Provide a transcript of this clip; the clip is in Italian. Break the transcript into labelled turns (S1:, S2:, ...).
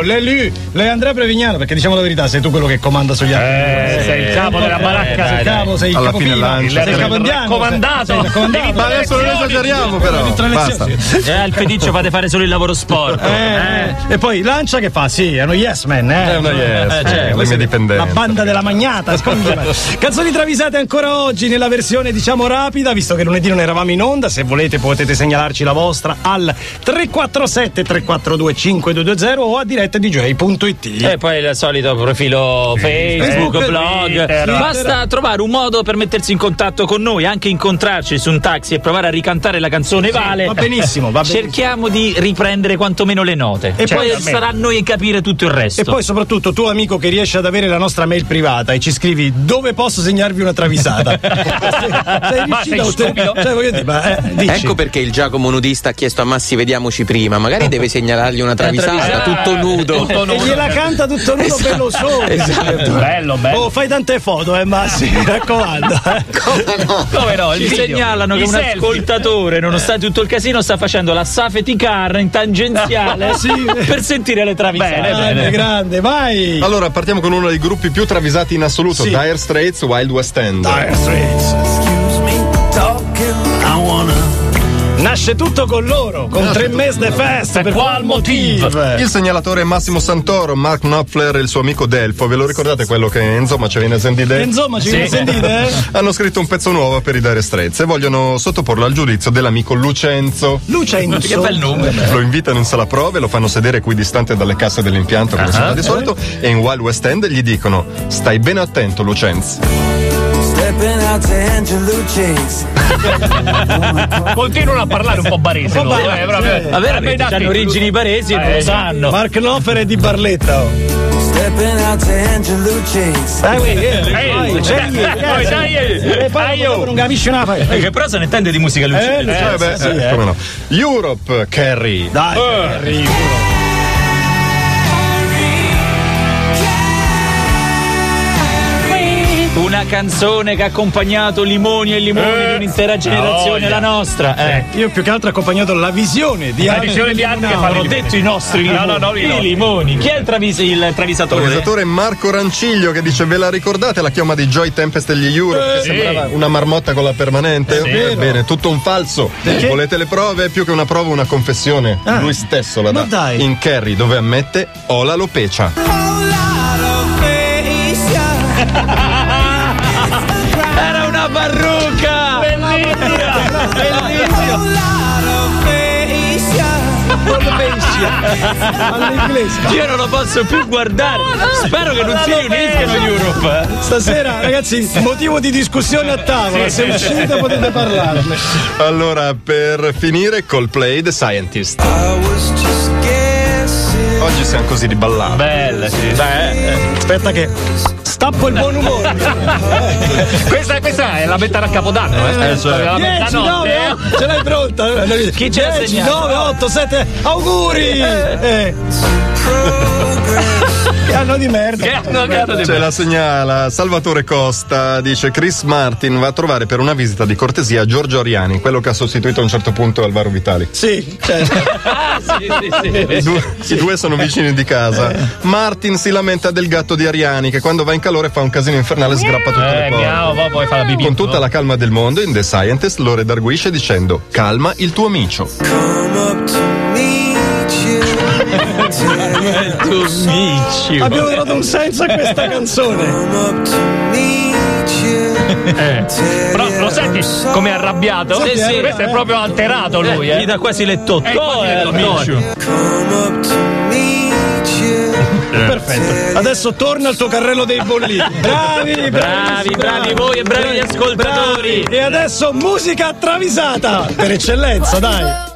S1: Lei lì, lei Andrea Prevignano, perché diciamo la verità, sei tu quello che comanda sugli altri. eh,
S2: Eh, sei il capo della baracca,
S1: sei il capo, sei il
S3: Alla
S1: capofila,
S3: fine lancia.
S1: sei il capo indiano. sei-
S2: Raccomandato.
S1: sei il raccomandato.
S3: Ma adesso non esageriamo però.
S1: Tutte le
S3: Basta.
S1: lezioni, sì.
S4: Eh, al feticcio fate fare solo il lavoro sporco.
S1: Eh, E poi lancia che fa? Sì, è uno yes man, eh.
S3: È una yes,
S1: Eh,
S3: eh, le
S1: questa
S3: mie
S1: è
S3: dipendenze.
S1: La banda della magnata, spingela. Canzoni travisate ancora oggi nella versione diciamo rapida, visto che lunedì non eravamo in onda, se volete potete segnalarci la vostra al 347 342 5220 o a diretta dj.it.
S4: E poi il solito profilo Facebook,
S1: Facebook,
S4: blog.
S2: Twitter.
S4: Basta trovare un modo per mettersi in contatto con noi, anche incontrarci su un taxi e provare a ricantare la canzone Vale.
S1: va benissimo, va benissimo.
S4: Cerchiamo di riprendere quantomeno le note. E
S1: Cioè,
S4: poi
S2: almeno.
S4: sarà a noi capire tutto il resto.
S1: E poi soprattutto tu amico che riesci ad avere la nostra mail privata e ci scrivi dove posso segnarvi una travisata. sei
S2: Ma sei
S1: riuscito a ottenere. Cioè, voglio dire, ma, eh, dici.
S5: Ecco perché il Giacomo nudista ha chiesto a Massi vediamoci prima, magari deve segnalargli una travisata,
S4: travisata.
S5: tutto nudo.
S4: Tutto
S1: e gliela canta tutto nudo bello solo.
S2: Esatto. Bello, bello.
S1: Oh, fai tante foto, eh, Massi, mi raccomando. eh.
S4: Come no?
S2: Ci
S4: Ci
S2: video.
S4: segnalano
S2: I
S4: che un
S2: selfie.
S4: ascoltatore, nonostante tutto il casino, sta facendo la safety car in tangenziale
S1: Sì.
S4: per sentire le travisate.
S2: Bene,
S1: Grande, grande, vai.
S3: Allora, partiamo con uno dei gruppi più travisati in assoluto,
S1: Sì.
S3: Dire Straits Wild West End.
S1: Dire Straits. Nasce tutto con loro, con tre mesi di festa. Per qual motivo?
S3: Il segnalatore è Massimo Santoro, Mark Knopfler e il suo amico Delfo, ve lo ricordate quello che insomma c'è in Sentite?
S1: Eh, Insomma, ci sentite? eh?
S3: Hanno scritto un pezzo nuovo per i Dire Straits e vogliono sottoporlo al giudizio dell'amico Lucenzo.
S1: Lucenzo. Che bel nome.
S3: Lo invitano in sala prove, lo fanno sedere qui distante dalle casse dell'impianto
S1: Ah.
S3: come si fa di solito
S1: Eh.
S3: e in Wild West End gli dicono stai bene attento Lucenzo.
S6: Stepping out to Angelucci's.
S2: Continuano a parlare un po' barese loro, eh, proprio.
S4: Ma veramente
S2: Dai, dai,
S4: hanno
S2: dai.
S4: origini baresi, non
S2: Eh,
S4: lo sanno.
S1: Mark Knopfler è di Barletta. oh.
S6: Stepping out to Angelucci's.
S1: Dai, uè, eh,
S2: Ehi,
S1: vai, c'è lì,
S2: dai,
S1: cazzo.
S2: dai,
S1: E
S2: eh,
S1: poi
S2: dai,
S1: dopo
S2: oh.
S1: non capisci una fai.
S4: Eh, che però se ne intende di musica lui.
S1: Eh,
S3: Eh, beh,
S1: sì,
S3: eh,
S1: eh.
S3: come no. Europe Carrie.
S1: Dai, arrivo.
S4: Una canzone che ha accompagnato limoni e limoni di un'intera generazione,
S2: voglia.
S4: la nostra. Eh.
S1: Io più che altro ho accompagnato la visione di
S2: La
S1: Angelo
S2: visione di Anna che fa
S4: Ho
S2: le
S4: detto i nostri
S2: No,
S4: limoni.
S2: no, no, i
S4: I
S2: nostri.
S4: limoni. Chi è il, travis- il travisatore?
S3: Organizzatore Marco Ranciglio che dice ve la ricordate la chioma di Joy Tempest degli
S1: Eh,
S3: Europe che
S2: sì.
S3: sembrava una marmotta con la permanente?
S2: vero.
S3: Bene, tutto un falso. Volete le prove? Più che una prova una confessione.
S1: Ah.
S3: Lui stesso la
S1: Ma
S3: dà
S1: dai.
S3: in Kerry dove ammette ho la lopecia.
S4: Era una parrucca! Bellissima! Bellissima!
S1: all'inglese.
S4: Io non lo posso più guardare. Spero che non si riuniscano in Europe.
S1: Stasera, ragazzi, motivo di discussione a tavola. Se uscite potete parlarne.
S3: Allora, per finire Coldplay The Scientist.
S6: I was just guessing.
S3: Oggi siamo così di ballare.
S2: Belle, sì.
S1: Aspetta che stappo il buon umore.
S2: Questa, questa è la metà a Capodanno, eh.
S3: Eh, cioè.
S2: È la
S1: 10, 9,
S2: mezzanotte.
S1: eh? ce l'hai pronta?
S4: Chi ce l'ha
S1: 10,
S4: segnato?
S1: 9, 8, 7, auguri! Eh, che anno di merda.
S2: Che hanno cantato di
S3: Ce la segnala Salvatore Costa, dice Chris Martin va a trovare per una visita di cortesia Giorgio Ariani, quello che ha sostituito a un certo punto Alvaro Vitali.
S1: Sì, cioè,
S4: Ah, sì, sì, sì.
S3: I due, i due sono vicini di casa. Martin si lamenta del gatto di Ariani che quando va in calore fa un casino infernale e sgrappa tutte
S2: Eh,
S3: le
S2: miau,
S3: cose.
S2: poi, poi fa la bibita.
S3: Con tutta la calma del mondo, in The Scientist lo redarguisce dicendo: Calma il tuo amico.
S6: Come up to meet you.
S4: Tu micio.
S1: abbiamo trovato un senso a questa canzone.
S6: Come up to meet you.
S2: Eh. Però lo senti come è arrabbiato?
S4: Sì, sì.
S2: Questo è proprio alterato
S4: Eh,
S2: lui,
S4: Gli
S2: eh.
S4: dà quasi le
S2: Eh, quasi
S4: totte.
S2: le totte.
S6: Come up to meet you.
S1: Perfetto. Adesso torna al tuo carrello dei bollini. Bravi,
S4: Bravi, bravi voi e bravi gli ascoltatori.
S1: E adesso musica travisata per eccellenza, dai.